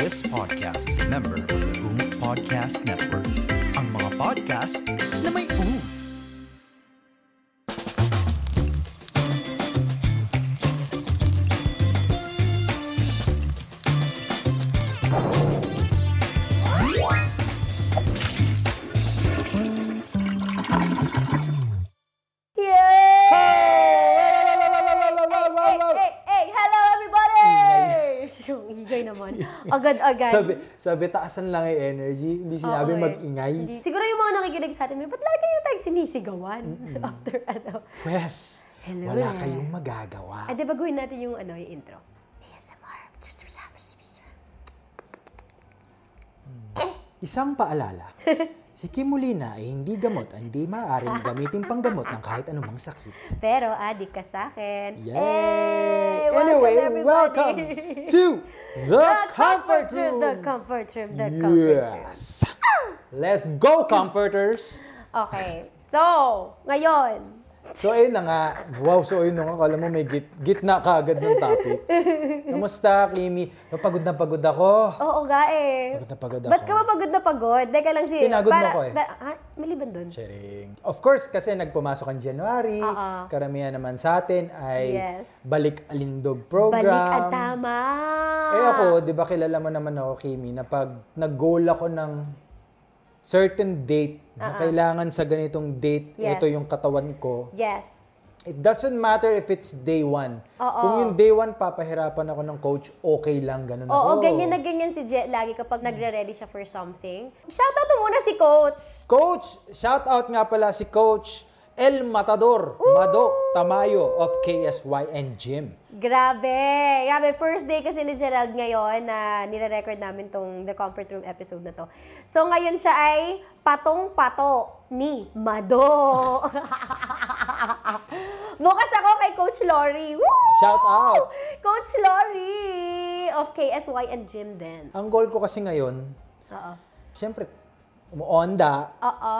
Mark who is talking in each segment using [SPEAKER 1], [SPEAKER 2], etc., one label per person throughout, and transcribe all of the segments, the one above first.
[SPEAKER 1] This podcast is a member of the OOF Podcast Network. Ang mga podcast na may OOF.
[SPEAKER 2] Yay! Hey,
[SPEAKER 3] Hey!
[SPEAKER 2] hey, hey, hello everybody! Yung ingay naman. Agad-agad.
[SPEAKER 3] Sabi, sabi taasan lang ay energy. Hindi
[SPEAKER 2] Oo,
[SPEAKER 3] sinabi
[SPEAKER 2] eh.
[SPEAKER 3] mag-ingay.
[SPEAKER 2] Hindi. Siguro yung mga nakikinig sa atin, ba't lagi yung tayong sinisigawan after ano?
[SPEAKER 3] Pwes,
[SPEAKER 2] Hello
[SPEAKER 3] wala
[SPEAKER 2] eh.
[SPEAKER 3] kayong magagawa.
[SPEAKER 2] Ate, baguhin natin yung ano, yung intro. ASMR.
[SPEAKER 3] Isang paalala. Si Kimulina ay hindi gamot at hindi maaaring gamitin panggamot ng kahit anumang sakit.
[SPEAKER 2] Pero adik ka sa akin.
[SPEAKER 3] Yay!
[SPEAKER 2] Hey, welcome,
[SPEAKER 3] anyway,
[SPEAKER 2] everybody!
[SPEAKER 3] welcome to The,
[SPEAKER 2] The
[SPEAKER 3] Comfort Room!
[SPEAKER 2] The comfort room. The comfort room.
[SPEAKER 3] yes! Let's go, comforters!
[SPEAKER 2] Okay. So, ngayon,
[SPEAKER 3] So, ayun na nga. Wow, so ayun na nga. Akala mo may git gitna ka agad ng topic. Kamusta, Kimi? Pagod na pagod ako.
[SPEAKER 2] Oo nga eh.
[SPEAKER 3] Pagod na pagod
[SPEAKER 2] Ba't
[SPEAKER 3] ako.
[SPEAKER 2] ka ba pagod na pagod? Teka lang si...
[SPEAKER 3] Pinagod mo ako eh.
[SPEAKER 2] ha? May liban doon?
[SPEAKER 3] Sharing. Of course, kasi nagpumasok ang January.
[SPEAKER 2] Oo.
[SPEAKER 3] Karamihan naman sa atin ay
[SPEAKER 2] Yes.
[SPEAKER 3] Balik Alindog
[SPEAKER 2] Balik at
[SPEAKER 3] program.
[SPEAKER 2] tama.
[SPEAKER 3] Eh ako, di ba kilala mo naman ako, Kimi, na pag nag-goal ako ng certain date, na kailangan sa ganitong date,
[SPEAKER 2] Yes.
[SPEAKER 3] ito yung katawan ko,
[SPEAKER 2] Yes.
[SPEAKER 3] It doesn't matter if it's day one.
[SPEAKER 2] Oo.
[SPEAKER 3] Kung yung day one, papahirapan ako ng coach, okay lang, ganun ako.
[SPEAKER 2] Oo, ganyan na ganyan si Jet lagi kapag nagre-ready siya for something. Shoutout mo muna si Coach.
[SPEAKER 3] Coach, shout out nga pala si Coach El Matador Mado Tamayo of KSYN Gym.
[SPEAKER 2] Grabe. Grabe, first day kasi ni Gerald ngayon na nire-record namin tong The Comfort Room episode na to. So ngayon siya ay patong-pato ni Mado. Bukas ako kay Coach Lori. Woo!
[SPEAKER 3] Shout out!
[SPEAKER 2] Coach Lori of KSY and Gym din.
[SPEAKER 3] Ang goal ko kasi ngayon,
[SPEAKER 2] Oo.
[SPEAKER 3] siyempre, umuonda.
[SPEAKER 2] Oo.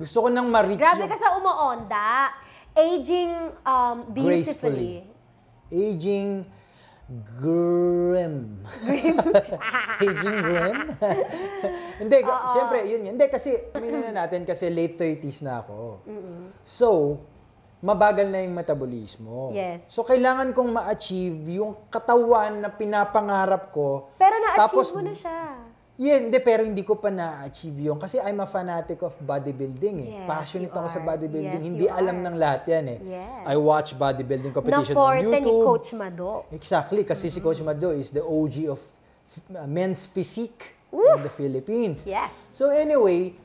[SPEAKER 3] Gusto ko nang ma-reach
[SPEAKER 2] Grabe
[SPEAKER 3] yung
[SPEAKER 2] ka sa umaonda. Aging um, beautifully.
[SPEAKER 3] aging grim. aging grim? Hindi, ka- syempre, yun yun. Hindi, kasi, aminin na natin, kasi late 30s na ako. So, mabagal na yung metabolismo.
[SPEAKER 2] Yes.
[SPEAKER 3] So, kailangan kong ma-achieve yung katawan na pinapangarap ko.
[SPEAKER 2] Pero na-achieve
[SPEAKER 3] Tapos,
[SPEAKER 2] mo na siya.
[SPEAKER 3] Yeah, hindi, pero hindi ko pa na-achieve yun. Kasi I'm a fanatic of bodybuilding eh.
[SPEAKER 2] Yes,
[SPEAKER 3] Passionate
[SPEAKER 2] you
[SPEAKER 3] ako sa
[SPEAKER 2] are.
[SPEAKER 3] bodybuilding.
[SPEAKER 2] Yes,
[SPEAKER 3] hindi
[SPEAKER 2] you
[SPEAKER 3] alam
[SPEAKER 2] are.
[SPEAKER 3] ng lahat yan eh.
[SPEAKER 2] Yes.
[SPEAKER 3] I watch bodybuilding competition on
[SPEAKER 2] Na-porte ni
[SPEAKER 3] YouTube.
[SPEAKER 2] Coach Mado.
[SPEAKER 3] Exactly, kasi
[SPEAKER 2] Mm-hmm.
[SPEAKER 3] si Coach Mado is the OG of uh, men's physique in the Philippines.
[SPEAKER 2] Yes.
[SPEAKER 3] So anyway,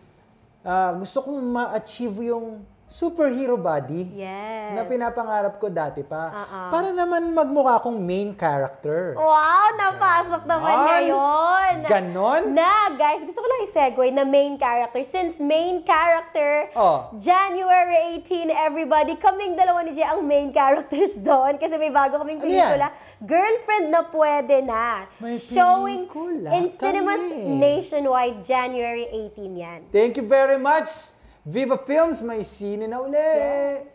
[SPEAKER 3] ah, gusto kong ma-achieve yung superhero body
[SPEAKER 2] Yes. Uh-uh.
[SPEAKER 3] na pinapangarap ko dati pa.
[SPEAKER 2] Ah-ah.
[SPEAKER 3] Para naman magmukha akong main character.
[SPEAKER 2] Wow, napasok naman
[SPEAKER 3] Ganon.
[SPEAKER 2] ngayon.
[SPEAKER 3] Ganon?
[SPEAKER 2] Na, guys, gusto ko lang i-segue na main character. Since main character,
[SPEAKER 3] Oh.
[SPEAKER 2] January 18, everybody, kaming dalawa ni Jay ang main characters doon kasi may bago kaming
[SPEAKER 3] Ano yan?
[SPEAKER 2] pelikula. Girlfriend na pwede na.
[SPEAKER 3] May
[SPEAKER 2] Showing
[SPEAKER 3] pelikula
[SPEAKER 2] in cinemas
[SPEAKER 3] kami.
[SPEAKER 2] nationwide, January 18 yan.
[SPEAKER 3] Thank you very much! Viva Films, may sine na uli!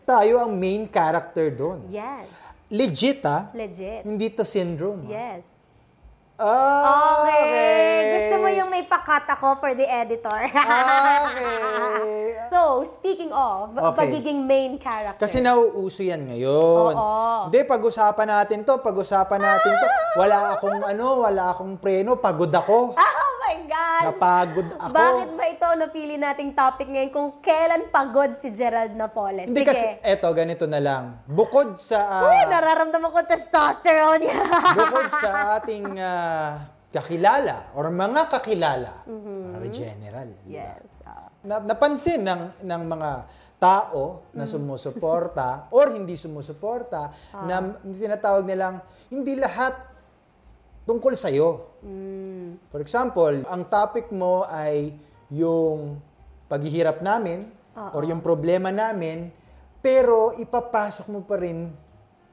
[SPEAKER 3] Tayo ang main character doon.
[SPEAKER 2] Yes.
[SPEAKER 3] Legit ah.
[SPEAKER 2] Legit.
[SPEAKER 3] Hindi to syndrome. ah.
[SPEAKER 2] Yes.
[SPEAKER 3] Ah,
[SPEAKER 2] Okay. Gusto mo yung may pakat ako for the editor.
[SPEAKER 3] Okay.
[SPEAKER 2] So, speaking of,
[SPEAKER 3] Okay.
[SPEAKER 2] pagiging main character.
[SPEAKER 3] Kasi nauuso yan ngayon.
[SPEAKER 2] Oo.
[SPEAKER 3] Hindi, pag-usapan natin to, pag-usapan natin to. Wala akong ano, wala akong preno, pagod ako.
[SPEAKER 2] Oh my God!
[SPEAKER 3] Napagod ako.
[SPEAKER 2] Bakit ba ito ang napili nating topic ngayon kung kailan pagod si Gerald Napoles?
[SPEAKER 3] Hindi
[SPEAKER 2] Sige.
[SPEAKER 3] kasi, eto, ganito na lang. Bukod sa, ah,
[SPEAKER 2] Uy, nararamdaman ko testosterone niya.
[SPEAKER 3] bukod sa ating ah, kakilala or mga kakilala, mga general, di ba?
[SPEAKER 2] Mm-hmm. yes. ah.
[SPEAKER 3] na, napansin ng ng mga tao na sumusuporta
[SPEAKER 2] Mm.
[SPEAKER 3] or hindi sumusuporta
[SPEAKER 2] Ah.
[SPEAKER 3] na m- tinatawag nilang hindi lahat tungkol sa iyo.
[SPEAKER 2] Mm.
[SPEAKER 3] For example, ang topic mo ay yung paghihirap namin or yung problema namin, pero ipapasok mo pa rin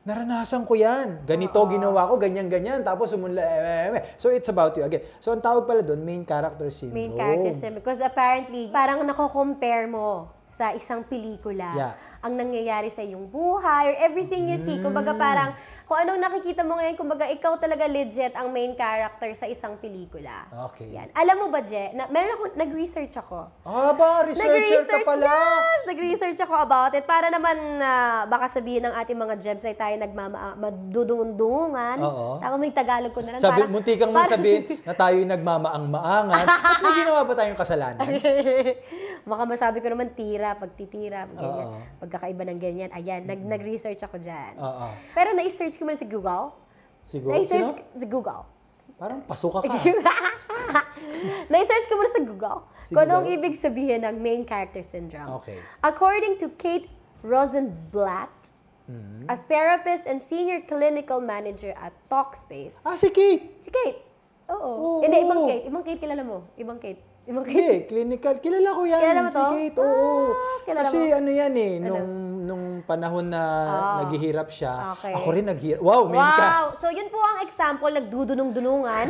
[SPEAKER 3] naranasan ko yan. Ganito ginawa ko, ganyan-ganyan. Tapos sumunla. eh, eh, eh. So, it's about you again. So, ang tawag pala doon, main character syndrome.
[SPEAKER 2] main character syndrome. Because apparently, parang nako-compare mo sa isang pelikula
[SPEAKER 3] Yeah. Mm.
[SPEAKER 2] ang nangyayari sa iyong buhay or everything you see. Kumbaga parang, kung anong nakikita mo ngayon, kumbaga ikaw talaga legit ang main character sa isang pelikula.
[SPEAKER 3] Okay.
[SPEAKER 2] Yan. Alam mo ba, Je, na, meron ako, nag-research ako.
[SPEAKER 3] Ah, ba? Researcher ka
[SPEAKER 2] Nag-research,
[SPEAKER 3] pala.
[SPEAKER 2] Yes! Nag-research ako about it para naman ah, baka sabihin ng ating mga gems na tayo nagmama, madudungdungan.
[SPEAKER 3] Oo.
[SPEAKER 2] Tama, may Tagalog ko na lang.
[SPEAKER 3] Sabi,
[SPEAKER 2] Parang-
[SPEAKER 3] munti kang mong
[SPEAKER 2] parang-
[SPEAKER 3] sabihin na tayo'y nagmamaang-maangan at may ginawa ba tayong kasalanan?
[SPEAKER 2] Baka masabi ko naman tira, pagtitira, pag ganyan.
[SPEAKER 3] Oo. Mm. Ah.
[SPEAKER 2] Pagkakaiba ng ganyan. Ayan, nag- nag-research ako dyan.
[SPEAKER 3] Oo.
[SPEAKER 2] Pero na-search ko muna sa Google.
[SPEAKER 3] Siguro.
[SPEAKER 2] Na-search
[SPEAKER 3] Sino?
[SPEAKER 2] ko- sa Google.
[SPEAKER 3] Parang pasuka ka.
[SPEAKER 2] na-search ko muna sa Google
[SPEAKER 3] Sa
[SPEAKER 2] kung anong
[SPEAKER 3] Google?
[SPEAKER 2] ibig sabihin ng main character syndrome.
[SPEAKER 3] Okay.
[SPEAKER 2] According to Kate Rosenblatt,
[SPEAKER 3] Mm-hmm.
[SPEAKER 2] a therapist and senior clinical manager at Talkspace,
[SPEAKER 3] ah, si Kate.
[SPEAKER 2] si Kate. Oo.
[SPEAKER 3] Oo.
[SPEAKER 2] Hindi, ibang Kate. Ibang Kate kilala mo. Ibang Kate. Ibang Kate.
[SPEAKER 3] Hindi, clinical. Kilala ko yan.
[SPEAKER 2] Kilala mo
[SPEAKER 3] si
[SPEAKER 2] to?
[SPEAKER 3] Kate, oo.
[SPEAKER 2] Ah, kilala
[SPEAKER 3] Kasi
[SPEAKER 2] mo. Ah.
[SPEAKER 3] ano yan eh, nung, nung panahon na naghihirap siya,
[SPEAKER 2] Okay.
[SPEAKER 3] ako rin naghihirap. Wow, main,
[SPEAKER 2] Wow!
[SPEAKER 3] character.
[SPEAKER 2] So, yun po ang example, nagdudunong-dunungan.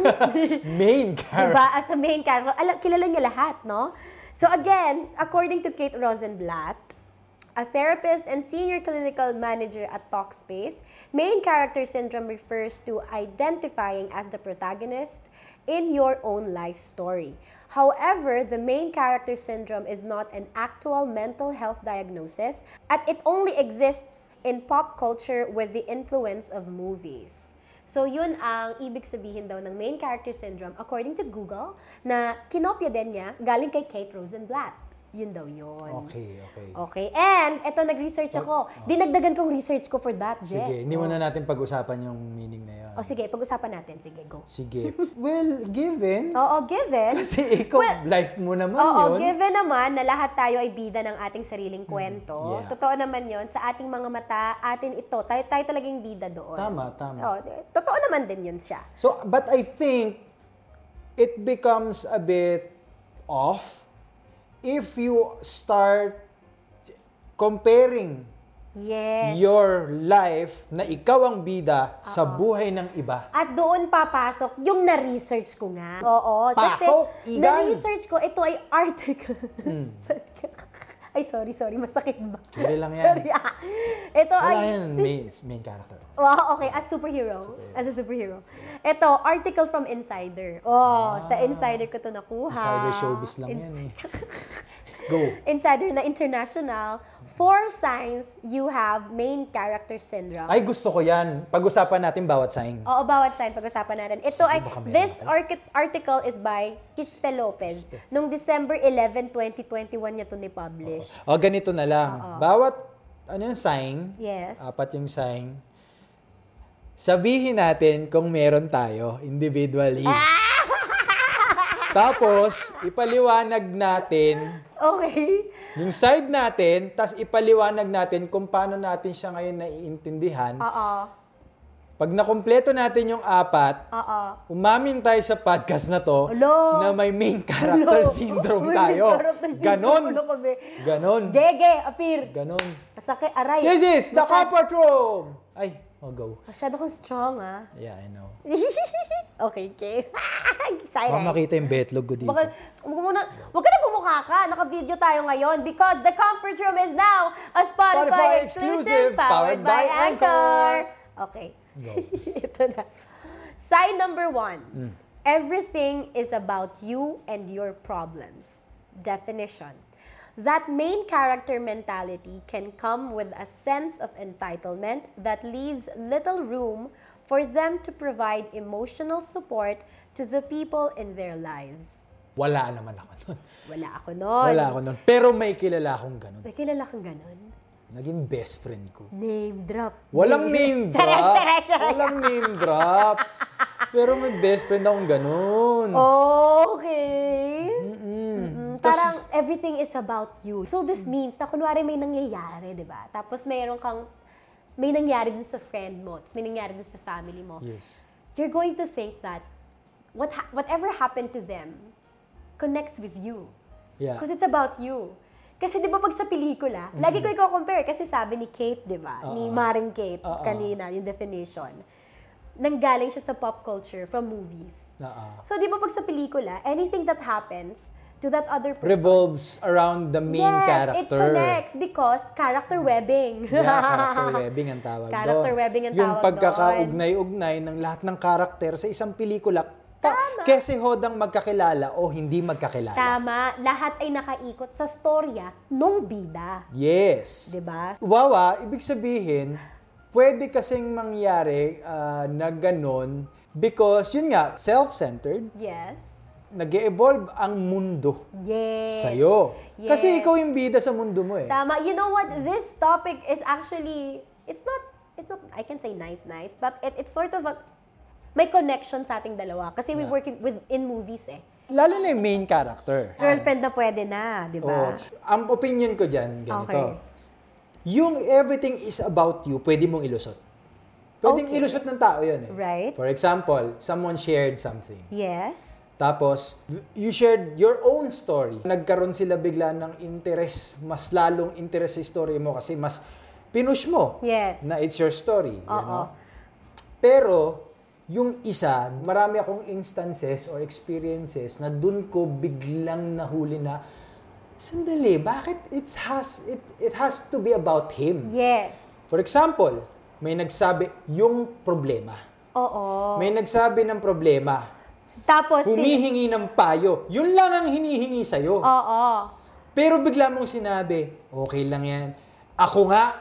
[SPEAKER 3] main character.
[SPEAKER 2] diba? As a main character. Ala, kilala niya lahat, no? So, again, according to Kate Rosenblatt, a therapist and senior clinical manager at Talkspace, main character syndrome refers to identifying as the protagonist in your own life story. However, the main character syndrome is not an actual mental health diagnosis, and it only exists in pop culture with the influence of movies. So, yun ang ibig sabihin daw ng main character syndrome according to Google na kinopya din niya galing kay Kate Rosenblatt. Yun daw yun.
[SPEAKER 3] Okay, okay.
[SPEAKER 2] Okay. And, eto, nag-research ako. Dinagdagan kong research ko for that, Jet.
[SPEAKER 3] Oh. Sige, hindi
[SPEAKER 2] Oh.
[SPEAKER 3] muna natin pag-usapan yung meaning na yan.
[SPEAKER 2] O, sige, pag-usapan natin. Sige, go.
[SPEAKER 3] Sige. well, given,
[SPEAKER 2] Oo, given.
[SPEAKER 3] kasi
[SPEAKER 2] Oh.
[SPEAKER 3] ikaw,
[SPEAKER 2] Well,
[SPEAKER 3] life mo naman
[SPEAKER 2] Oo,
[SPEAKER 3] yun. Mm,
[SPEAKER 2] given naman na lahat tayo ay bida ng ating sariling kwento.
[SPEAKER 3] yeah.
[SPEAKER 2] Totoo naman yon sa ating mga mata, atin ito. Tayo, tayo talagang bida doon.
[SPEAKER 3] Tama, tama.
[SPEAKER 2] Oo, eh, totoo naman din yun siya.
[SPEAKER 3] So, but I think it becomes a bit off if you start comparing
[SPEAKER 2] Yes.
[SPEAKER 3] your life na ikaw ang bida sa buhay ng iba.
[SPEAKER 2] At doon papasok yung na-research ko nga. Oo.
[SPEAKER 3] Pasok,
[SPEAKER 2] kasi
[SPEAKER 3] igan.
[SPEAKER 2] na-research ko, ito ay article. Sorry. ay, sorry, sorry. Masakit ba?
[SPEAKER 3] Kaya lang yan.
[SPEAKER 2] Sorry. ah. Ito ay...
[SPEAKER 3] Wala yan main, main character.
[SPEAKER 2] Wow, okay. As superhero. As a superhero. Ito, article from Insider. Oh, sa Insider ko to nakuha.
[SPEAKER 3] Ah. Insider showbiz lang
[SPEAKER 2] Ins-
[SPEAKER 3] yan eh. Go.
[SPEAKER 2] Insider na international. Four signs you have main character syndrome.
[SPEAKER 3] Ay, gusto ko yan. Pag-usapan natin bawat sign.
[SPEAKER 2] Oo, bawat sign pag-usapan natin. Ito
[SPEAKER 3] Sige,
[SPEAKER 2] ay,
[SPEAKER 3] baka meron
[SPEAKER 2] this
[SPEAKER 3] ako.
[SPEAKER 2] archi- article is by Quispe Lopez. Nung December 11, 2021 niya to ni-publish.
[SPEAKER 3] O, ganito na lang. Bawat, ano yung sign?
[SPEAKER 2] Yes.
[SPEAKER 3] Apat yung sign. Sabihin natin kung meron tayo individually.
[SPEAKER 2] Ah!
[SPEAKER 3] Tapos, ipaliwanag natin
[SPEAKER 2] Okay.
[SPEAKER 3] yung side natin, tas ipaliwanag natin kung paano natin siya ngayon naiintindihan.
[SPEAKER 2] Oo.
[SPEAKER 3] Pag nakumpleto natin yung apat,
[SPEAKER 2] Oo.
[SPEAKER 3] umamin tayo sa podcast na to
[SPEAKER 2] Hello?
[SPEAKER 3] na may main character
[SPEAKER 2] Hello.
[SPEAKER 3] syndrome
[SPEAKER 2] May main
[SPEAKER 3] tayo.
[SPEAKER 2] character syndrome.
[SPEAKER 3] Ganon.
[SPEAKER 2] Ano kami?
[SPEAKER 3] Ganon.
[SPEAKER 2] Gege, appear.
[SPEAKER 3] Ganon.
[SPEAKER 2] Masakit, aray.
[SPEAKER 3] This is the
[SPEAKER 2] Masyad-
[SPEAKER 3] comfort room! Ay, oh go.
[SPEAKER 2] Masyado kong strong, ah.
[SPEAKER 3] Yeah, I know.
[SPEAKER 2] okay, okay. Excited.
[SPEAKER 3] Baka makita yung betlog ko dito.
[SPEAKER 2] Baka, huwag mo na, huwag ka na bumukha ka. Naka-video tayo ngayon because the comfort room is now a Spotify,
[SPEAKER 3] Spotify
[SPEAKER 2] exclusive
[SPEAKER 3] exclusive
[SPEAKER 2] powered
[SPEAKER 3] powered
[SPEAKER 2] by
[SPEAKER 3] by
[SPEAKER 2] Anchor.
[SPEAKER 3] Anchor.
[SPEAKER 2] Okay.
[SPEAKER 3] Go. Mm.
[SPEAKER 2] Ito na. Sign number one. Everything is about you and your problems. Definition. That main character mentality can come with a sense of entitlement that leaves little room for them to provide emotional support to the people in their lives.
[SPEAKER 3] Wala naman ako nun.
[SPEAKER 2] Wala ako nun.
[SPEAKER 3] Wala ako nun. Pero may kilala akong ganun.
[SPEAKER 2] May kilala kang ganun.
[SPEAKER 3] Naging best friend ko.
[SPEAKER 2] Name drop. Mm.
[SPEAKER 3] Walang name drop.
[SPEAKER 2] Charot, charot, charot.
[SPEAKER 3] Walang name drop. Pero may best friend akong ganun.
[SPEAKER 2] Oh, Okay. Mm,
[SPEAKER 3] Mm-hmm. Tas- Mm.
[SPEAKER 2] Parang everything is about you. So this means na kunwari may nangyayari, di ba? Tapos mayroon kang, may nangyari dun sa friend mo, tas may nangyari dun sa family mo.
[SPEAKER 3] Yes.
[SPEAKER 2] You're going to think that what ha- whatever happened to them connects with you.
[SPEAKER 3] Yeah. Mm-hmm.
[SPEAKER 2] Because it's about you. Kasi di ba pag sa pelikula, lagi ko i-compare kasi sabi ni Kate, di ba? Ni
[SPEAKER 3] Uh-uh.
[SPEAKER 2] Maring Kate
[SPEAKER 3] Oo.
[SPEAKER 2] kanina, yung definition. Nanggaling siya sa pop culture from movies.
[SPEAKER 3] Na, ah.
[SPEAKER 2] So di ba pag sa pelikula, anything that happens, to that other person.
[SPEAKER 3] revolves around the main
[SPEAKER 2] yes,
[SPEAKER 3] character. Mm-hmm.
[SPEAKER 2] it connects because character webbing.
[SPEAKER 3] Yeah, character webbing ang tawag
[SPEAKER 2] Character
[SPEAKER 3] doon.
[SPEAKER 2] webbing ang
[SPEAKER 3] Yung
[SPEAKER 2] tawag
[SPEAKER 3] pagkakaugnay-ugnay ng lahat ng karakter sa isang pelikula. Ta- Kese hodang magkakilala o hindi magkakilala.
[SPEAKER 2] Tama, lahat ay nakaikot sa storya nung bida.
[SPEAKER 3] Yes.
[SPEAKER 2] 'Di ba?
[SPEAKER 3] Wawa, ibig sabihin, pwede kasing mangyari ah, na ganun because, yun nga, self-centered,
[SPEAKER 2] Yes.
[SPEAKER 3] nag evolve ang mundo
[SPEAKER 2] Yes.
[SPEAKER 3] sa'yo.
[SPEAKER 2] Yes.
[SPEAKER 3] Kasi ikaw yung bida sa mundo mo eh.
[SPEAKER 2] Tama. You know what? This topic is actually it's not it's not I can say nice nice, but it, it's sort of a may connection sa ating dalawa kasi we work in, with in movies eh.
[SPEAKER 3] Lalo na yung main character.
[SPEAKER 2] Girlfriend na pwede na, 'di
[SPEAKER 3] Oo.
[SPEAKER 2] ba?
[SPEAKER 3] Ang opinion ko dyan,
[SPEAKER 2] Okay.
[SPEAKER 3] Oh, ganito. Yung everything is about you, pwede mong ilusot. Pwedeng
[SPEAKER 2] Okay.
[SPEAKER 3] ilusot ng tao yun eh.
[SPEAKER 2] Right.
[SPEAKER 3] For example, someone shared something.
[SPEAKER 2] Yes.
[SPEAKER 3] Tapos, you shared your own story. Nagkaroon sila bigla ng interest, mas lalong interest sa story mo kasi mas pinush mo
[SPEAKER 2] Yes.
[SPEAKER 3] na it's your story. you
[SPEAKER 2] Oo.
[SPEAKER 3] know? Pero, yung isa, marami akong instances or experiences na dun ko biglang nahuli na, sandali, bakit it has, it, it has to be about him?
[SPEAKER 2] Yes.
[SPEAKER 3] For example, may nagsabi, yung problema.
[SPEAKER 2] Oo.
[SPEAKER 3] May nagsabi ng problema.
[SPEAKER 2] Tapos si
[SPEAKER 3] Humihingi ng payo. Yun lang ang hinihingi sa'yo.
[SPEAKER 2] Oo.
[SPEAKER 3] Pero bigla mong sinabi, okay lang yan. Ako nga,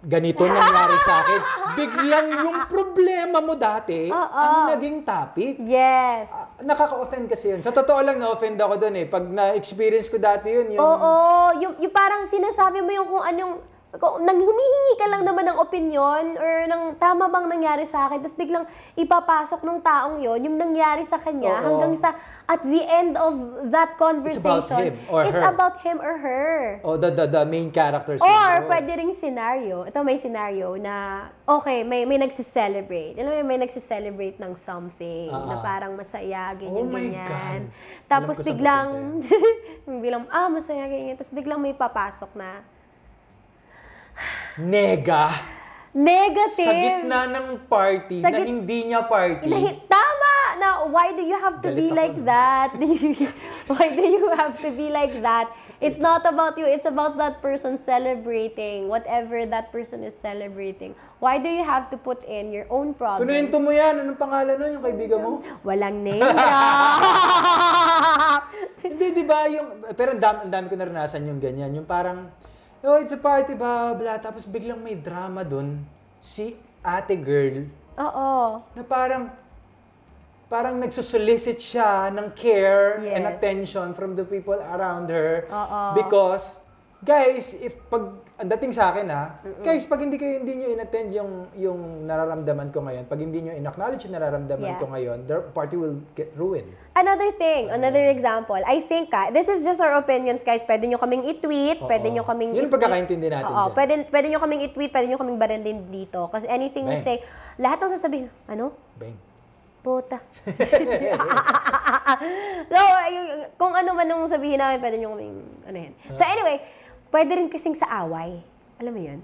[SPEAKER 3] ganito nangyari sa akin. Biglang yung problema mo dati,
[SPEAKER 2] Oo.
[SPEAKER 3] ang naging topic.
[SPEAKER 2] Yes.
[SPEAKER 3] Nakaka-offend kasi yun. Sa totoo lang, na-offend ako dun eh. Pag na-experience ko dati yun, yung...
[SPEAKER 2] Oo, yung, yung parang sinasabi mo yung kung anong, kung, nang humihingi ka lang naman ng opinion or ng tama bang nangyari sa akin, tapos biglang ipapasok ng taong yon yung nangyari sa kanya
[SPEAKER 3] Oo.
[SPEAKER 2] hanggang sa, at the end of that conversation,
[SPEAKER 3] him or
[SPEAKER 2] it's
[SPEAKER 3] her.
[SPEAKER 2] about him or her.
[SPEAKER 3] O the, the, the main character
[SPEAKER 2] Or
[SPEAKER 3] syndrome.
[SPEAKER 2] pwede ring scenario, ito may scenario na, okay, may, may nagsiselebrate. Alam mo yun, may nagsiselebrate ng something na
[SPEAKER 3] Ah.
[SPEAKER 2] parang masaya,
[SPEAKER 3] Oh
[SPEAKER 2] ganyan,
[SPEAKER 3] my
[SPEAKER 2] ganyan.
[SPEAKER 3] God. Alam
[SPEAKER 2] Tapos
[SPEAKER 3] ko saan
[SPEAKER 2] biglang, biglang, ah, masaya, ganyan. Tapos biglang may papasok na,
[SPEAKER 3] Nega.
[SPEAKER 2] negative.
[SPEAKER 3] Sa gitna ng party
[SPEAKER 2] Sa
[SPEAKER 3] na
[SPEAKER 2] git-
[SPEAKER 3] hindi niya party.
[SPEAKER 2] Inahi- Tama! Now, why do you have to be
[SPEAKER 3] Galit ako.
[SPEAKER 2] like that? why do you have to be like that? It's not about you. It's about that person celebrating whatever that person is celebrating. Why do you have to put in your own problems?
[SPEAKER 3] Kunuwento mo yan. Anong pangalan nun, yung kaibigan mo?
[SPEAKER 2] Walang name drop.
[SPEAKER 3] Hindi, di ba? Yung, pero ang dami, ang dami ko naranasan yung ganyan. Yung parang, oh, it's a party, blah, blah, blah. Tapos biglang may drama dun. Si ate girl,
[SPEAKER 2] Oo.
[SPEAKER 3] na parang, parang nagsusolicit siya ng care and
[SPEAKER 2] Yes.
[SPEAKER 3] attention from the people around her.
[SPEAKER 2] Oo.
[SPEAKER 3] Because, guys, if pag, ang dating sa akin ha, guys, pag hindi kayo, hindi nyo inattend yung, yung nararamdaman ko ngayon, pag hindi nyo inacknowledge yung nararamdaman
[SPEAKER 2] Yeah.
[SPEAKER 3] ko ngayon, the party will get ruined.
[SPEAKER 2] Another thing, another example. I think, ah, this is just our opinions, guys. Pwede nyo kaming i-tweet, pwede
[SPEAKER 3] Oo.
[SPEAKER 2] nyo kaming
[SPEAKER 3] Yun ang
[SPEAKER 2] i-tweet.
[SPEAKER 3] pagkakaintindi natin
[SPEAKER 2] Oo,
[SPEAKER 3] dyan.
[SPEAKER 2] pwede, pwede nyo kaming i-tweet, pwede nyo kaming baralin dito. Kasi anything we
[SPEAKER 3] Bang.
[SPEAKER 2] say, lahat ng sasabihin, ano?
[SPEAKER 3] Bang.
[SPEAKER 2] Puta. so, ay- kung ano man nung sabihin namin, pwede nyo kaming, ano yan. So
[SPEAKER 3] Ah.
[SPEAKER 2] anyway, pwede rin kasing sa away. Alam mo yun?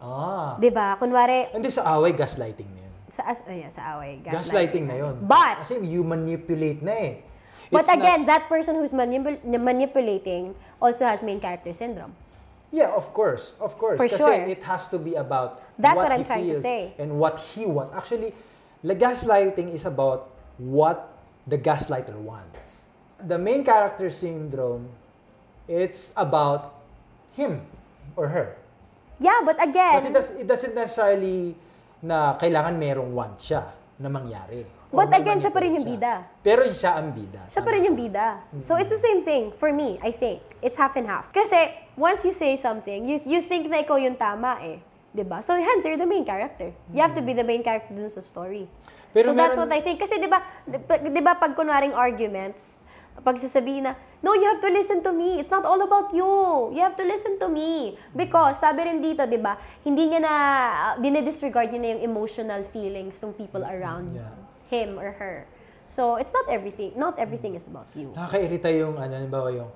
[SPEAKER 3] Ah.
[SPEAKER 2] 'Di ba? Kunwari,
[SPEAKER 3] Hindi sa away, gaslighting na yun.
[SPEAKER 2] sa, as, oh yeah, sa away.
[SPEAKER 3] Gaslighting na yun.
[SPEAKER 2] But-
[SPEAKER 3] Kasi you manipulate na eh.
[SPEAKER 2] But
[SPEAKER 3] It's not-
[SPEAKER 2] again, that person who's manipul- manipulating also has main character syndrome.
[SPEAKER 3] yeah, of course. Of course.
[SPEAKER 2] For
[SPEAKER 3] Kasi
[SPEAKER 2] sure.
[SPEAKER 3] it has to be about
[SPEAKER 2] That's
[SPEAKER 3] what,
[SPEAKER 2] what I'm
[SPEAKER 3] he
[SPEAKER 2] trying to
[SPEAKER 3] feels
[SPEAKER 2] say.
[SPEAKER 3] and what he wants. Actually, the gaslighting is about what the gaslighter wants. The main character syndrome, it's about him or her.
[SPEAKER 2] Yeah, but
[SPEAKER 3] But it,
[SPEAKER 2] again,
[SPEAKER 3] does, it doesn't necessarily na kailangan merong want siya na mangyari. Or
[SPEAKER 2] But
[SPEAKER 3] may
[SPEAKER 2] again, siya pa rin yung
[SPEAKER 3] manipulate siya.
[SPEAKER 2] bida.
[SPEAKER 3] Pero siya ang bida.
[SPEAKER 2] siya pa rin yung bida. So it's the same thing for me, I think. It's half and half. Kasi once you say something, you, you think na ikaw yung tama eh. 'Di ba? So hence, you're the main character. You have to be the main character dun sa story. so
[SPEAKER 3] Pero
[SPEAKER 2] that's
[SPEAKER 3] meron-
[SPEAKER 2] what I think. Kasi 'di ba, 'di ba pag kunwaring arguments, pag sasabihin na, no, you have to listen to me. It's not all about you. You have to listen to me. Because, sabi rin dito, di ba, hindi niya na, uh, dinidisregard niya na yung emotional feelings ng people around
[SPEAKER 3] Yeah.
[SPEAKER 2] him or her. So, it's not everything. Not everything is about you.
[SPEAKER 3] Nakakairita yung, ano, halimbawa yung,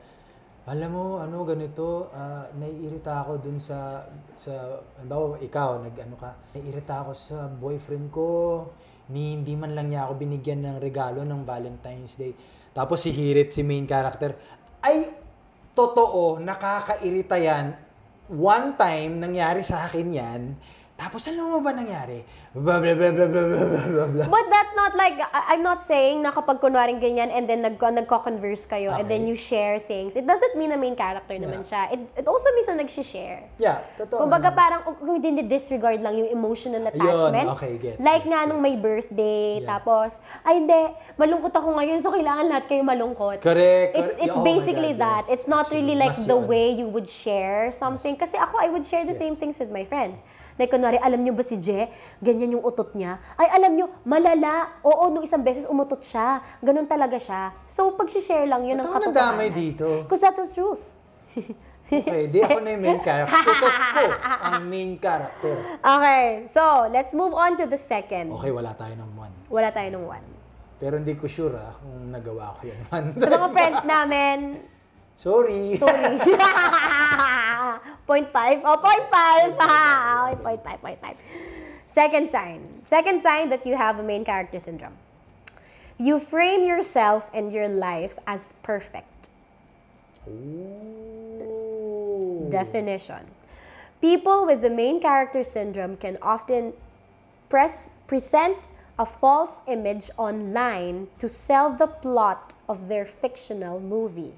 [SPEAKER 3] alam mo, ano, ganito, ah, naiirita ako dun sa, sa, halimbawa, ikaw, nag, ano ka, naiirita ako sa boyfriend ko, ni hindi man lang niya ako binigyan ng regalo ng Valentine's Day. Tapos si Hirit, si main character. Ay, totoo, nakakairita yan. One time, nangyari sa akin yan. Tapos alam mo ba nangyari? Blah, blah, blah, blah, blah, blah, blah, blah, blah.
[SPEAKER 2] But that's not like, I- I'm not saying na kapag kunwaring ganyan and then nag nagko-converse kayo and then
[SPEAKER 3] Okay.
[SPEAKER 2] you share things. It doesn't mean na main character naman siya. It, it also means na nag-share.
[SPEAKER 3] Yeah, totoo.
[SPEAKER 2] Kumbaga
[SPEAKER 3] naman.
[SPEAKER 2] parang kung disregard lang yung emotional attachment.
[SPEAKER 3] okay, gets,
[SPEAKER 2] like
[SPEAKER 3] gets,
[SPEAKER 2] nga nung may
[SPEAKER 3] gets.
[SPEAKER 2] birthday,
[SPEAKER 3] Yeah.
[SPEAKER 2] tapos, ay hindi, malungkot ako ngayon, so kailangan lahat kayo malungkot.
[SPEAKER 3] Correct,
[SPEAKER 2] It's,
[SPEAKER 3] correct.
[SPEAKER 2] it's
[SPEAKER 3] Oh my
[SPEAKER 2] basically
[SPEAKER 3] God,
[SPEAKER 2] that.
[SPEAKER 3] yes.
[SPEAKER 2] It's not really
[SPEAKER 3] Actually,
[SPEAKER 2] like
[SPEAKER 3] mas
[SPEAKER 2] the
[SPEAKER 3] yun.
[SPEAKER 2] way you would share something. Kasi ako, I would share the
[SPEAKER 3] Yes.
[SPEAKER 2] same things with my friends. Like, kunwari, alam nyo ba si Je, ganyan yung utot niya? Ay, alam nyo, malala. Oo, nung isang beses umutot siya. Ganun talaga siya. So, pag-share lang yun ng
[SPEAKER 3] Ba't ako
[SPEAKER 2] katotohanan.
[SPEAKER 3] nadamay dito?
[SPEAKER 2] Because that's the truth.
[SPEAKER 3] Okay, di ako na yung main character. Tutot ko ang main character.
[SPEAKER 2] Okay, so, let's move on to the second.
[SPEAKER 3] Okay, wala tayo ng one.
[SPEAKER 2] Wala tayo ng one.
[SPEAKER 3] Pero hindi ko sure ah, kung nagawa ko yan one
[SPEAKER 2] Sa mga
[SPEAKER 3] time.
[SPEAKER 2] friends namin,
[SPEAKER 3] Sorry.
[SPEAKER 2] sorry. point five? Oh, point five! okay, point five, point five. Second sign. Second sign that you have a main character syndrome. You frame yourself and your life as perfect.
[SPEAKER 3] Ooh.
[SPEAKER 2] Definition. People with the main character syndrome can often press, present a false image online to sell the plot of their fictional movie.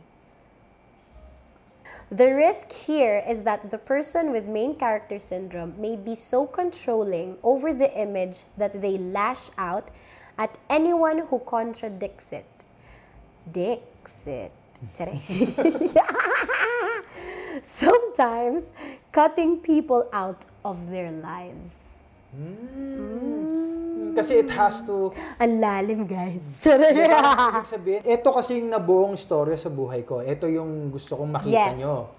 [SPEAKER 2] The risk here is that the person with main character syndrome may be so controlling over the image that they lash out at anyone who contradicts it. Dicks it. Charay. Sometimes cutting people out of their lives.
[SPEAKER 3] Kasi it has to,
[SPEAKER 2] Ang lalim, guys. Charay.
[SPEAKER 3] Diba? Ibig sabihin, ito kasi yung nabuong story sa buhay ko. Ito yung gusto kong makita
[SPEAKER 2] Yes.
[SPEAKER 3] nyo.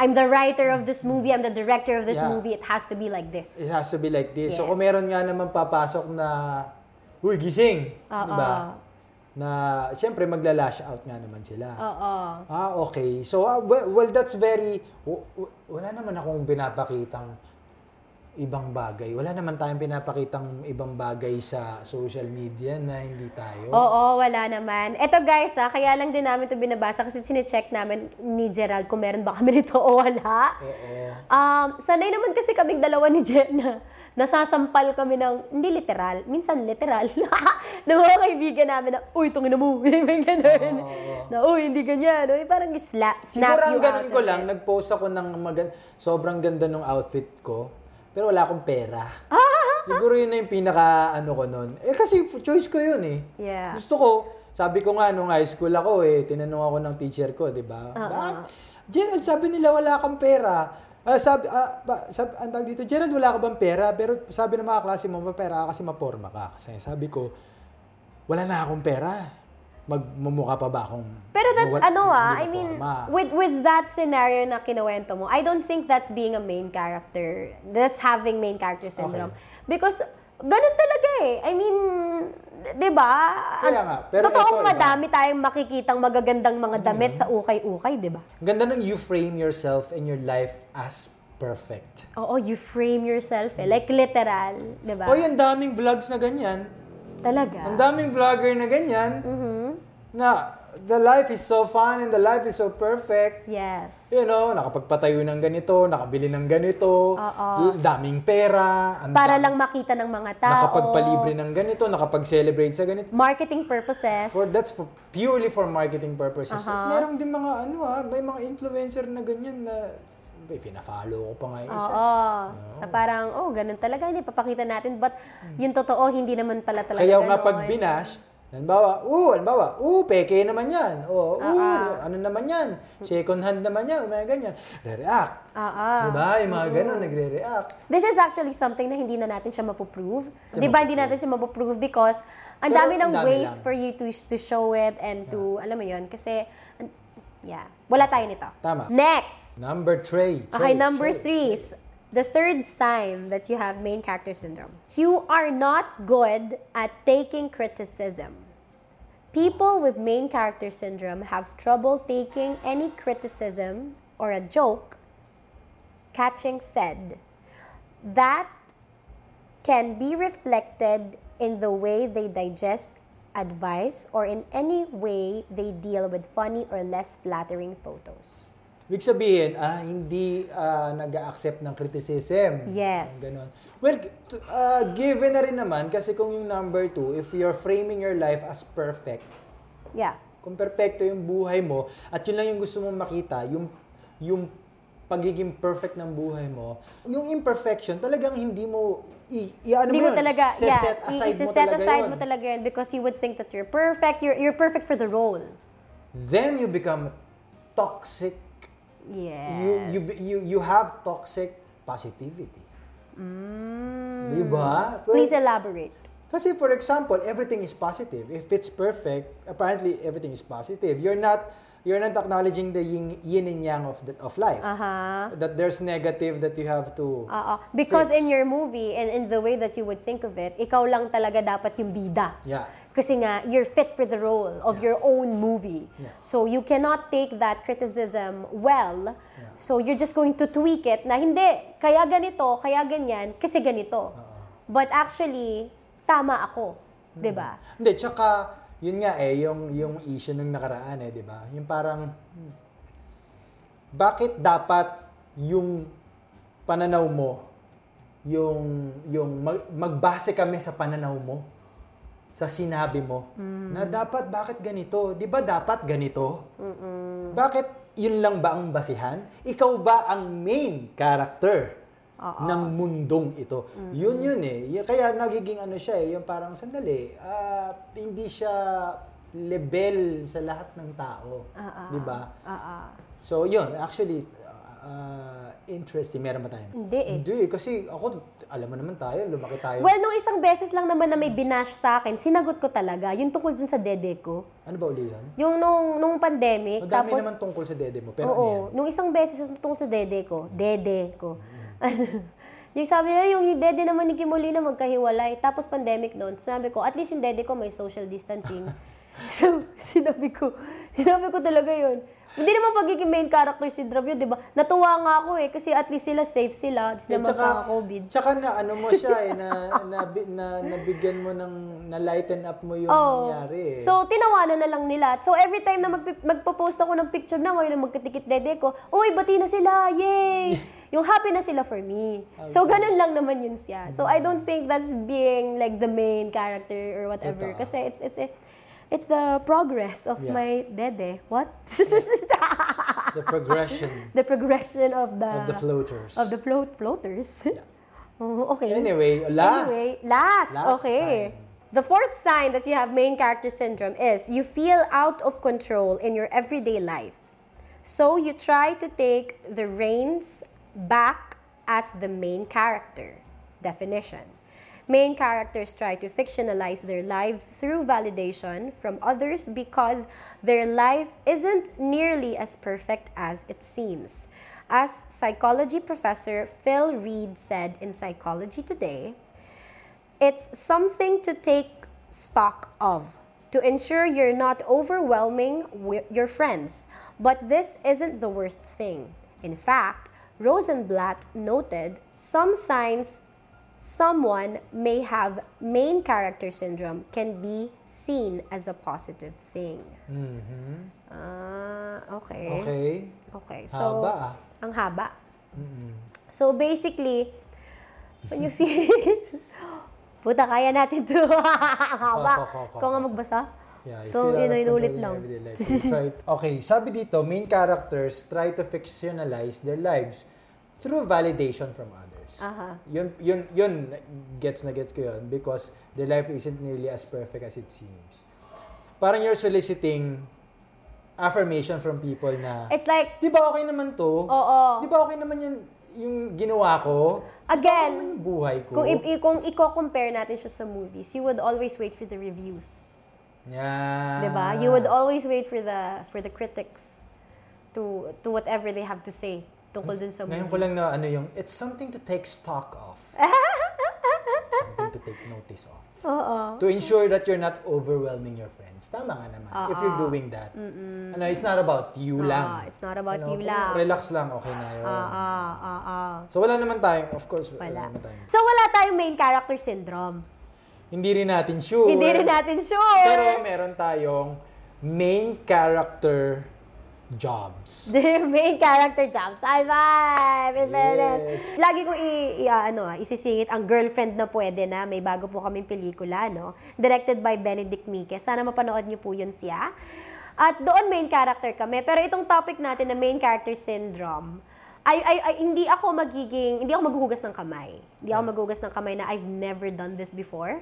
[SPEAKER 2] I'm the writer of this movie. I'm the director of this
[SPEAKER 3] Yeah.
[SPEAKER 2] movie. It has to be like this.
[SPEAKER 3] It has to be like this. So
[SPEAKER 2] Yes.
[SPEAKER 3] kung meron nga naman papasok na, Uy, gising!
[SPEAKER 2] Oo.
[SPEAKER 3] Diba? Na, siyempre, magla-lash out nga naman sila.
[SPEAKER 2] Oo.
[SPEAKER 3] Ah, okay. So, ah, well, well, that's very... w- w- Wala naman akong pinapakitang ibang bagay. Wala naman tayong pinapakitang ibang bagay sa social media na hindi tayo.
[SPEAKER 2] Oo, wala naman. Eto guys ha, kaya lang din namin ito binabasa kasi chinecheck namin ni Gerald kung meron ba kami nito o wala.
[SPEAKER 3] Oo.
[SPEAKER 2] Um, sanay naman kasi kaming dalawa ni Jen na nasasampal kami ng, hindi literal, minsan literal, ng mga kaibigan namin na, uy, tungin mo, may ganun. Na, uy, hindi ganyan. Uy, parang slap, snap
[SPEAKER 3] Siguro
[SPEAKER 2] you
[SPEAKER 3] ang ganun
[SPEAKER 2] out
[SPEAKER 3] ko
[SPEAKER 2] of
[SPEAKER 3] lang,
[SPEAKER 2] it.
[SPEAKER 3] nag-post ako ng magan sobrang ganda ng outfit ko, pero wala akong pera.
[SPEAKER 2] Ah!
[SPEAKER 3] Siguro yun na yung pinaka ano ko nun. Eh kasi f- choice ko yun eh.
[SPEAKER 2] Yeah.
[SPEAKER 3] Gusto ko, sabi ko nga nung high school ako eh, tinanong ako ng teacher ko, di ba?
[SPEAKER 2] Uh-uh.
[SPEAKER 3] Bakit? Gerald, sabi nila wala kang pera. Ah, sabi, ah, ba, sabi, ang tawag dito, Gerald, wala ka bang pera? Pero sabi ng mga klase mo, mapera ka kasi maporma ka. Kasi sabi ko, wala na akong pera. Magmumukha pa ba akong...
[SPEAKER 2] Pero that's
[SPEAKER 3] wa-
[SPEAKER 2] ano ah,
[SPEAKER 3] hindi
[SPEAKER 2] I mean,
[SPEAKER 3] maporma?
[SPEAKER 2] with with that scenario na kinuwento mo, I don't think that's being a main character. That's having main character syndrome. Because ganun talaga eh. I mean, 'di ba?
[SPEAKER 3] Kaya nga, pero ito
[SPEAKER 2] Totoo
[SPEAKER 3] iba. Ano
[SPEAKER 2] madami tayong makikitang magagandang mga damit sa ukay-ukay, 'di ba?
[SPEAKER 3] Ang ganda nung you frame yourself and your life as perfect.
[SPEAKER 2] Oo, you frame yourself eh. Like literal, 'di ba?
[SPEAKER 3] O ang daming vlogs na ganyan. Oh, Ang
[SPEAKER 2] Talaga.
[SPEAKER 3] daming vlogger na ganyan.
[SPEAKER 2] Mm-hmm.
[SPEAKER 3] Na the life is so fun and the life is so perfect.
[SPEAKER 2] Yes.
[SPEAKER 3] You know, nakapagpatayo ng ganito, nakabili ng ganito,
[SPEAKER 2] Oo.
[SPEAKER 3] l- daming pera, ang
[SPEAKER 2] Para lang
[SPEAKER 3] dam-
[SPEAKER 2] makita ng mga tao.
[SPEAKER 3] nakapagpalibre ng ganito, nakapag-celebrate sa ganito.
[SPEAKER 2] marketing purposes.
[SPEAKER 3] For that's for purely for marketing purposes. At
[SPEAKER 2] Uh-huh.
[SPEAKER 3] Merong din mga ano ah, may mga influencer na ganyan na eh, pina-follow ko pa nga yung isa.
[SPEAKER 2] Oo. Na parang, oh, ganun talaga, hindi papakita natin. But yung totoo, hindi naman pala talaga
[SPEAKER 3] Hmm. Kaya nga
[SPEAKER 2] ganun.
[SPEAKER 3] pag binash, halimbawa, oo, halimbawa, oo, peke naman yan. Oo, oo,
[SPEAKER 2] Ah,
[SPEAKER 3] ano naman yan. Second hand naman yan, mga ganyan. Re-react.
[SPEAKER 2] Oo.
[SPEAKER 3] Diba? Yung mga ganun, nagre-react.
[SPEAKER 2] This is actually something na hindi na natin siya mapoprove. Di ba hindi natin siya mapoprove because ang
[SPEAKER 3] Pero
[SPEAKER 2] dami ng
[SPEAKER 3] ang dami
[SPEAKER 2] ways
[SPEAKER 3] lang.
[SPEAKER 2] for you to to show it and to, alam mo yun, kasi, an- yeah, wala tayo nito.
[SPEAKER 3] Tama.
[SPEAKER 2] Next!
[SPEAKER 3] Number three.
[SPEAKER 2] Okay, Ah, number three is the third sign that you have main character syndrome. You are not good at taking criticism. People with main character syndrome have trouble taking any criticism or a joke, catching said. That can be reflected in the way they digest a advice, or in any way they deal with funny or less flattering photos.
[SPEAKER 3] Ibig sabihin, ah, hindi ah, nag-accept ng criticism.
[SPEAKER 2] Yes.
[SPEAKER 3] Ganon. Well, t- ah, given na rin naman, kasi kung yung number two, if you're framing your life as perfect,
[SPEAKER 2] Yeah.
[SPEAKER 3] kung perfecto yung buhay mo, at yun lang yung gusto mong makita, yung, yung pagiging perfect ng buhay mo, yung imperfection, talagang hindi mo, i, i ano
[SPEAKER 2] Hindi mo
[SPEAKER 3] mo yun,
[SPEAKER 2] talaga,
[SPEAKER 3] se-
[SPEAKER 2] yeah,
[SPEAKER 3] set aside mo
[SPEAKER 2] i-set
[SPEAKER 3] talaga
[SPEAKER 2] aside
[SPEAKER 3] yun.
[SPEAKER 2] mo talaga yun because you would think that you're perfect, you're, you're perfect for the role.
[SPEAKER 3] Then you become toxic
[SPEAKER 2] Yes.
[SPEAKER 3] you you you you have toxic positivity. Di ba?
[SPEAKER 2] Mm.
[SPEAKER 3] Well,
[SPEAKER 2] Please elaborate.
[SPEAKER 3] Kasi for example, everything is positive. If it's perfect, apparently everything is positive. You're not you're not acknowledging the yin, yin and yang of the, of life.
[SPEAKER 2] Uh-huh.
[SPEAKER 3] That there's negative that you have to
[SPEAKER 2] Oo. Because
[SPEAKER 3] Fix.
[SPEAKER 2] in your movie and in the way that you would think of it, ikaw lang talaga dapat yung bida.
[SPEAKER 3] Yeah.
[SPEAKER 2] Kasi nga, you're fit for the role of your own movie.
[SPEAKER 3] Yeah.
[SPEAKER 2] So you cannot take that criticism well. So you're just going to tweak it na hindi, kaya ganito, kaya ganyan, kasi ganito.
[SPEAKER 3] Uh-huh.
[SPEAKER 2] But actually, tama ako. 'Di ba?
[SPEAKER 3] Hindi, tsaka, yun nga eh, yung, yung issue nung nakaraan eh, di ba? Yung parang, hmm, bakit dapat yung pananaw mo, yung, yung mag- magbase kami sa pananaw mo, sa sinabi mo, na dapat, bakit ganito? Di ba dapat ganito? Bakit yun lang ba ang basihan? Ikaw ba ang main character ng mundong ito?
[SPEAKER 2] Mm.
[SPEAKER 3] Yun yun eh. Y- Kaya nagiging ano siya eh, yung parang sandali, ah, hindi siya level sa lahat ng tao.
[SPEAKER 2] Ah, ah,
[SPEAKER 3] Di ba?
[SPEAKER 2] Ah, ah.
[SPEAKER 3] So yun, actually, ah, interesting. Meron ba tayo?
[SPEAKER 2] Hindi eh.
[SPEAKER 3] Hindi kasi ako, alam mo naman tayo, lumaki tayo.
[SPEAKER 2] Well, nung isang beses lang naman na may binash sa akin, sinagot ko talaga, yung tungkol dun sa dede ko.
[SPEAKER 3] ano ba uli yun?
[SPEAKER 2] Yung nung, nung pandemic,
[SPEAKER 3] Madami
[SPEAKER 2] tapos...
[SPEAKER 3] naman tungkol sa dede mo, pero
[SPEAKER 2] Oo,
[SPEAKER 3] ano yan?
[SPEAKER 2] nung isang beses tungkol sa dede ko, dede ko. Ano,
[SPEAKER 3] Mm.
[SPEAKER 2] yung sabi niya, yung, yung dede naman ni Kimolina magkahiwalay. Tapos pandemic noon, sabi ko, at least yung dede ko may social distancing. so, sinabi ko, sinabi ko talaga yun. Hindi naman pagiging main character si yun, di ba? Natuwa nga ako eh, kasi at least sila safe sila. Hindi
[SPEAKER 3] Eh,
[SPEAKER 2] sila magkaka-COVID.
[SPEAKER 3] Tsaka na ano mo siya eh, na, na, na, nabigyan mo ng, na lighten up mo yung
[SPEAKER 2] Oo.
[SPEAKER 3] nangyari eh.
[SPEAKER 2] Oh. So, tinawanan na lang nila. So, every time na magpi- magpo-post ako ng picture na ngayon na magkatikit dede ko, Uy, bati na sila! Yay! yung happy na sila for me. So, ganun lang naman yun siya. So, I
[SPEAKER 3] Mm.
[SPEAKER 2] don't think that's being like the main character or whatever.
[SPEAKER 3] Totoo.
[SPEAKER 2] Kasi it's, it's, it's the progress of
[SPEAKER 3] Yeah.
[SPEAKER 2] my dede. What?
[SPEAKER 3] the progression
[SPEAKER 2] the progression of the...
[SPEAKER 3] of the floaters.
[SPEAKER 2] Ah. of the float- floaters. Oh, okay.
[SPEAKER 3] Anyway, last.
[SPEAKER 2] Anyway, last.
[SPEAKER 3] Last
[SPEAKER 2] okay.
[SPEAKER 3] sign.
[SPEAKER 2] The fourth sign that you have main character syndrome is you feel out of control in your everyday life. So you try to take the reins back as the main character. Definition. Main characters try to fictionalize their lives through validation from others because their life isn't nearly as perfect as it seems. As psychology professor Phil Reed said in Psychology Today, it's something to take stock of to ensure you're not overwhelming wi- your friends. But this isn't the worst thing. In fact, Rosenblatt noted some signs someone may have main character syndrome can be seen as a positive thing. Ah, okay. okay.
[SPEAKER 3] okay.
[SPEAKER 2] So,
[SPEAKER 3] Haba, ah.
[SPEAKER 2] ang haba. So basically, when you feel, puta, kaya natin to. Ang haba.
[SPEAKER 3] Ko, ko, ko,
[SPEAKER 2] Ikaw nga
[SPEAKER 3] ko.
[SPEAKER 2] magbasa.
[SPEAKER 3] Yeah, you
[SPEAKER 2] Ito,
[SPEAKER 3] feel out of
[SPEAKER 2] inulit
[SPEAKER 3] control in
[SPEAKER 2] lang.
[SPEAKER 3] everyday life. You try it- okay, sabi dito, main characters try to fictionalize their lives through validation from others.
[SPEAKER 2] Aha.
[SPEAKER 3] Yun, yun, yun, gets na gets ko yun because their life isn't nearly as perfect as it seems. Parang you're soliciting affirmation from people na,
[SPEAKER 2] It's like,
[SPEAKER 3] di ba okay naman to?
[SPEAKER 2] Eh, Oo.
[SPEAKER 3] Di ba okay naman yung, yung ginawa ko? Okay naman
[SPEAKER 2] again,
[SPEAKER 3] yung buhay ko?
[SPEAKER 2] kung, i- i- kung i-compare natin siya sa movies, you would always wait for the reviews.
[SPEAKER 3] yeah.
[SPEAKER 2] Diba? You
[SPEAKER 3] Ah.
[SPEAKER 2] would always wait for the for the critics to to whatever they have to say tungkol dun sa
[SPEAKER 3] Ngayon ko
[SPEAKER 2] movie.
[SPEAKER 3] lang na ano yung, it's something to take stock of. something to take notice of. To ensure that you're not overwhelming your friends. Tama nga naman. If you're doing that. Ano, it's not about you
[SPEAKER 2] Oo,
[SPEAKER 3] lang.
[SPEAKER 2] Ah, it's not about
[SPEAKER 3] Ano,
[SPEAKER 2] you lang.
[SPEAKER 3] Relax lang, okay na yun.
[SPEAKER 2] Ah, ah, ah.
[SPEAKER 3] So wala naman tayong, of course, wala,
[SPEAKER 2] Wala.
[SPEAKER 3] naman tayong.
[SPEAKER 2] So, wala tayong main character syndrome.
[SPEAKER 3] hindi rin natin sure.
[SPEAKER 2] Hindi rin natin sure.
[SPEAKER 3] Pero meron tayong main character jobs.
[SPEAKER 2] The main character jump time vibe. In
[SPEAKER 3] Yes.
[SPEAKER 2] fairness. Lagi ko i, i ah, ano, ah, isisingit ang girlfriend na pwede na. May bago po kaming pelikula, no? Directed by Benedict Mique. Sana mapanood niyo po yun siya. At doon main character kami. Pero itong topic natin na main character syndrome, ay, ay, ay, hindi ako magiging, hindi ako maghuhugas ng kamay. Hindi ako maghuhugas ng kamay na I've never done this before.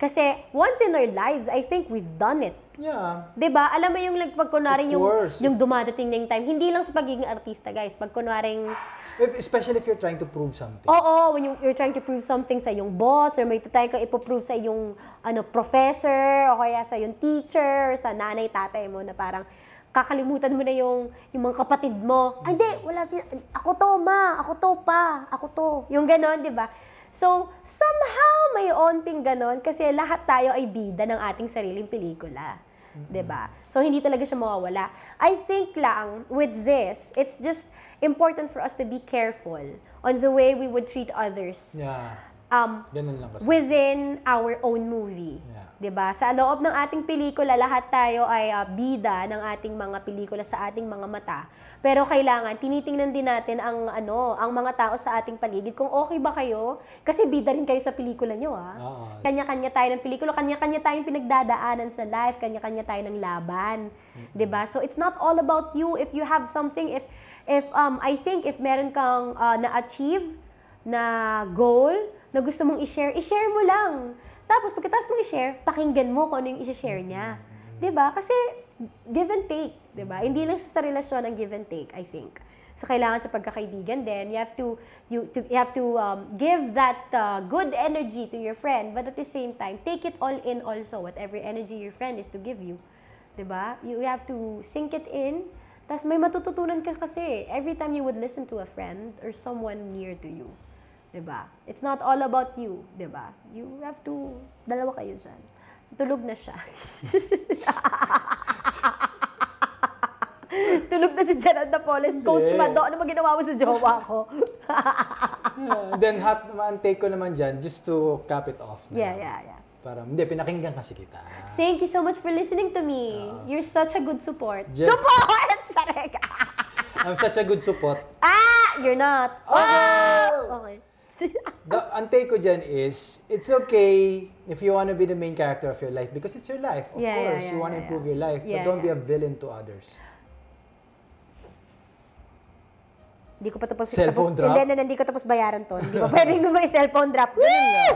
[SPEAKER 2] Kasi once in our lives, I think we've done it.
[SPEAKER 3] Yeah.
[SPEAKER 2] 'Di ba? Diba? Alam mo yung like, pag kunwari
[SPEAKER 3] Of
[SPEAKER 2] yung
[SPEAKER 3] course.
[SPEAKER 2] yung dumadating na yung time, hindi lang sa pagiging artista, guys. Pag kunwaring
[SPEAKER 3] If, especially if you're trying to prove something.
[SPEAKER 2] oo, when you, you're trying to prove something sa yung boss or may tatay ka ipoprove sa yung ano professor o kaya sa yung teacher or sa nanay tatay mo na parang kakalimutan mo na yung yung mga kapatid mo. Ay, hindi, wala si ako to, ma, ako to, pa, ako to. Yung ganon, 'di ba? So, somehow may onting ganon kasi lahat tayo ay bida ng ating sariling pelikula. 'di ba? Diba? So hindi talaga siya mawawala. I think lang with this, it's just important for us to be careful on the way we would treat others
[SPEAKER 3] Yeah.
[SPEAKER 2] um
[SPEAKER 3] Ganun lang kasi.
[SPEAKER 2] within our own movie.
[SPEAKER 3] Yeah.
[SPEAKER 2] 'Di ba? Sa loob ng ating pelikula, lahat tayo ay ah, bida ng ating mga pelikula sa ating mga mata. Pero kailangan tinitingnan din natin ang ano, ang mga tao sa ating paligid kung okay ba kayo kasi bida rin kayo sa pelikula nyo ah.
[SPEAKER 3] Oo.
[SPEAKER 2] Kanya-kanya tayo ng pelikula, kanya-kanya tayong pinagdadaanan sa life, kanya-kanya tayo ng laban. 'Di ba? So it's not all about you if you have something if if um I think if meron kang uh, na-achieve na goal na gusto mong i-share, i-share mo lang. Tapos pagkatapos mong i-share, pakinggan mo kung ano yung i-share niya. 'Di ba? Kasi give and take, 'di ba? Hindi lang siya sa relasyon ang give and take, I think. So kailangan sa pagkakaibigan din, you have to you to you have to um, give that uh, good energy to your friend, but at the same time, take it all in also whatever energy your friend is to give you. 'Di ba? You have to sink it in. Tapos may matututunan ka kasi every time you would listen to a friend or someone near to you. 'Di ba? It's not all about you, 'di ba? You have to dalawa kayo dyan. Tulog na siya. Tulog na si Gerald Napoles. Coach
[SPEAKER 3] Yeah.
[SPEAKER 2] Mado, ano ba ginawa mo sa jowa ko?
[SPEAKER 3] Yeah. Then, hot naman, take ko naman dyan just to cap it off. na
[SPEAKER 2] Yeah,
[SPEAKER 3] lang.
[SPEAKER 2] yeah, yeah.
[SPEAKER 3] Parang, hindi, pinakinggan kasi kita.
[SPEAKER 2] Thank you so much for listening to me. You're such a good support.
[SPEAKER 3] Just-
[SPEAKER 2] Support! Sarek!
[SPEAKER 3] I'm such a good support.
[SPEAKER 2] ah! You're not.
[SPEAKER 3] Oh!
[SPEAKER 2] Okay.
[SPEAKER 3] The, ang take ko dyan is, it's okay if you want to be the main character of your life because it's your life. Of
[SPEAKER 2] Yeah, yeah,
[SPEAKER 3] course,
[SPEAKER 2] yeah,
[SPEAKER 3] you want to
[SPEAKER 2] yeah,
[SPEAKER 3] improve
[SPEAKER 2] yeah.
[SPEAKER 3] your life,
[SPEAKER 2] Yeah,
[SPEAKER 3] but don't
[SPEAKER 2] yeah.
[SPEAKER 3] be a villain to others.
[SPEAKER 2] Hindi ko pa tapos.
[SPEAKER 3] Cellphone
[SPEAKER 2] tapos,
[SPEAKER 3] drop?
[SPEAKER 2] Hindi, hindi, hindi ko tapos bayaran to. Hindi ko pwedeng may cellphone drop. Woo!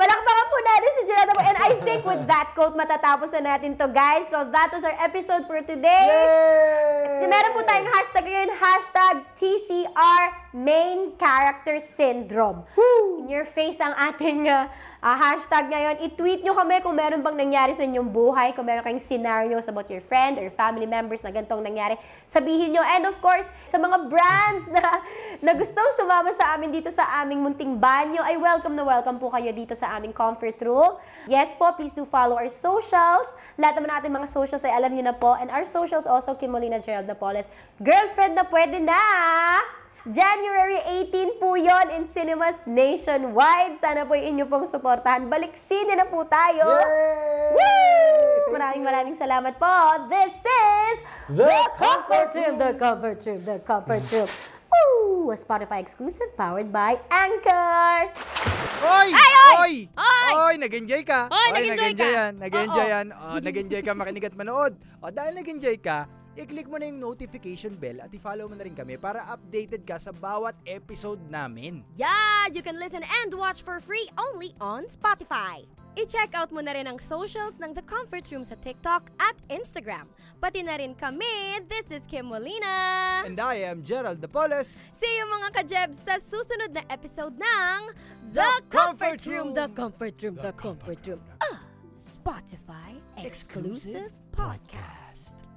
[SPEAKER 2] Palakpakan po natin si Jonathan. Mo. And I think with that quote, matatapos na natin to, guys. So that was our episode for today.
[SPEAKER 3] Yay!
[SPEAKER 2] Yung Meron po tayong hashtag ngayon, hashtag TCR Main Character Syndrome. In your face ang ating ah, ah, hashtag ngayon. I-tweet nyo kami kung meron bang nangyari sa inyong buhay, kung meron kayong scenarios about your friend or family members na ganitong nangyari. Sabihin nyo. And of course, sa mga brands na, na gustong sumama sa amin dito sa aming munting banyo, ay welcome na welcome po kayo dito sa aming comfort room. Yes po, please do follow our socials. Lahat naman natin mga socials ay alam nyo na po. And our socials also, Kim Molina Gerald Napoles. Girlfriend na pwede na! January 18 po yon in cinemas nationwide. Sana po yung inyo pong suportahan. Baliksinin na po tayo!
[SPEAKER 3] Yay! Thank
[SPEAKER 2] Maraming
[SPEAKER 3] you.
[SPEAKER 2] maraming salamat po. This is
[SPEAKER 3] The Comfort
[SPEAKER 2] Room, The Comfort Room, The Comfort Room. Ooh, a Spotify exclusive powered by Anchor.
[SPEAKER 4] Oy!
[SPEAKER 5] Ay, oy!
[SPEAKER 4] Oy!
[SPEAKER 5] Oy!
[SPEAKER 4] nag-enjoy ka.
[SPEAKER 5] Oy, nag-enjoy ka.
[SPEAKER 4] yan. Nag-enjoy
[SPEAKER 5] Oo.
[SPEAKER 4] yan. Oh, nag-enjoy ka makinig at manood. O, dahil nag-enjoy ka, i-click mo na yung notification bell at i-follow mo na rin kami para updated ka sa bawat episode namin.
[SPEAKER 5] Yeah, you can listen and watch for free only on Spotify. I-check out mo na rin ang socials ng The Comfort Room sa TikTok at Instagram. Pati na rin kami, this is Kim Molina.
[SPEAKER 4] And I am Gerald Napoles.
[SPEAKER 5] See you mga kajebs sa susunod na episode ng The, Comfort, Room, The Comfort Room, The, Comfort Room. Ah, Spotify exclusive podcast.